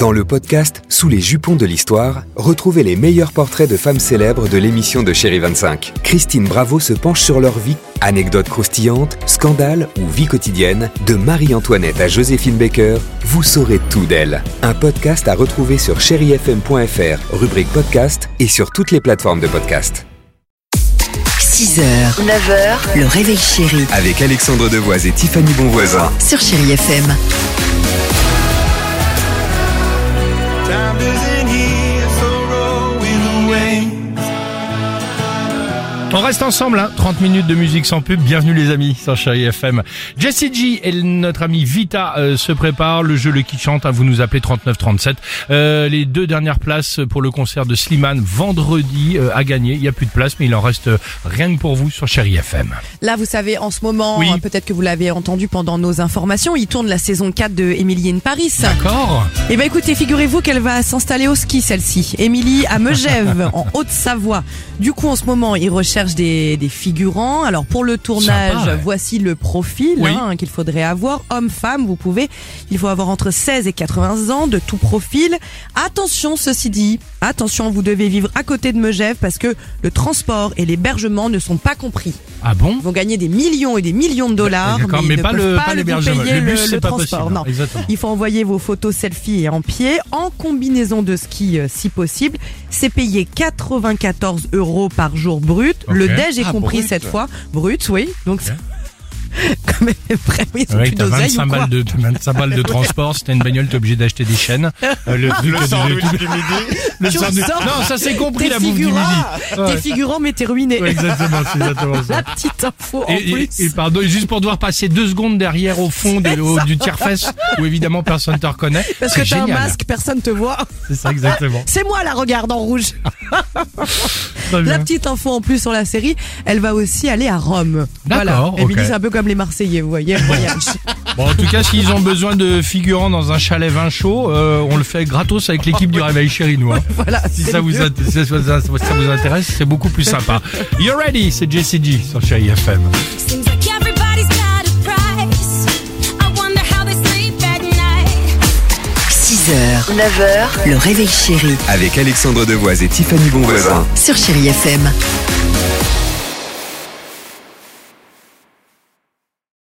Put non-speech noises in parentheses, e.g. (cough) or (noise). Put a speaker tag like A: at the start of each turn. A: Dans le podcast Sous les jupons de l'histoire, retrouvez les meilleurs portraits de femmes célèbres de l'émission de Chéri 25. Christine Bravo se penche sur leur vie, anecdotes croustillantes, scandales ou vie quotidienne, de Marie-Antoinette à Joséphine Baker, vous saurez tout d'elle. Un podcast à retrouver sur chérifm.fr, rubrique podcast et sur toutes les plateformes de podcast.
B: 6h, 9h, le réveil chéri
A: Avec Alexandre Devoise et Tiffany Bonvoisin.
B: sur Chéri FM.
C: Time isn't here for rolling away.
D: On reste ensemble, hein. 30 minutes de musique sans pub. Bienvenue les amis sur Chéri FM. Jesse G et notre ami Vita euh, se préparent. Le jeu Le Qui Chante, hein, vous nous appelez 3937. Euh, les deux dernières places pour le concert de Slimane vendredi euh, à gagner. Il n'y a plus de place, mais il en reste euh, rien que pour vous sur Chéri FM.
E: Là, vous savez, en ce moment,
D: Oui.
E: euh, peut-être que vous l'avez entendu pendant nos informations, il tourne la saison 4 de Emily in Paris.
D: D'accord
E: Eh ben, écoutez, figurez-vous qu'elle va s'installer au ski, celle-ci. Emily
D: (laughs)
E: à Megève, en Haute-Savoie. Du coup, en ce moment, ils recherchent des, des figurants. Alors, pour le tournage,
D: Sympa, ouais.
E: voici le profil
D: Oui.
E: hein, qu'il faudrait avoir. Homme, femme, vous pouvez. Il faut avoir entre 16 et 80 ans, de tout profil. Attention, ceci dit, attention, vous devez vivre à côté de Megève parce que le transport et l'hébergement ne sont pas compris
D: Ah bon
E: vont gagner des millions et des millions de dollars, mais,
D: D'accord,
E: ils
D: mais
E: ne
D: pas
E: peuvent
D: le-
E: pas,
D: pas
E: le,
D: l'hébergement. Le
E: payer le,
D: bus, c'est
E: le
D: pas
E: transport.
D: possible, non,
E: non.
D: exactement.
E: Il faut envoyer vos photos selfie et en pied, en combinaison de ski euh, si possible. C'est payé 94 euros par jour brut.
D: Ok.
E: Le déj est
F: Ah,
E: compris
F: brut.
E: cette fois. Brut, oui. Donc, (laughs) quand même, vraiment, ils ont
D: Ouais,
E: plus
D: t'as
E: d'oseille ou
D: 25
E: quoi
D: balles, de, t'as 25 balles de transport, si t'as une bagnole, t'es obligé d'acheter des chaînes. Euh, le truc
F: Le sandwich du midi.
D: le
E: Tu
D: sandwich-
E: ressors.
D: Non, ça c'est compris
E: T'es
D: la bouffe du midi.
E: figurant. T'es
D: Ouais.
E: figurant, mais t'es ruiné.
D: Ouais, exactement, c'est exactement ça.
E: La petite info en
D: Et, et-
E: plus.
D: et pardon, et juste pour devoir passer deux secondes derrière au fond de, au- du tire-fesse où évidemment personne te reconnaît.
E: Parce que
D: c'est
E: t'as un
D: génial.
E: masque, personne te voit.
D: C'est ça
E: (laughs)
D: exactement.
E: C'est moi la regarde en rouge.
D: Très
E: La
D: bien.
E: petite info en plus sur la série, elle va aussi aller à Rome. Voilà.
D: D'accord,
E: Elle me
D: ok.
E: dit, c'est un peu comme les Marseillais, vous
D: (laughs)
E: voyez, le voyage.
D: Bon, en tout cas, s'ils ont besoin de figurants dans un chalet vin chaud, euh, on le fait gratos avec l'équipe du Réveil Chéri,
E: (laughs)
D: nous. hein.
E: voilà.
D: Si
E: c'est
D: ça vous,
E: mieux.
D: int- si ça vous int- si ça vous intéresse, c'est beaucoup plus
E: (laughs)
D: sympa. You're ready, c'est J.C.G. sur Chéri FM.
G: Seems like everybody's got a price. I wonder how they sleep at night.
B: 6h, 9h, le réveil chéri
A: Avec Alexandre Devoise et Tiffany Bonvoisin.
B: sur Chéri FM.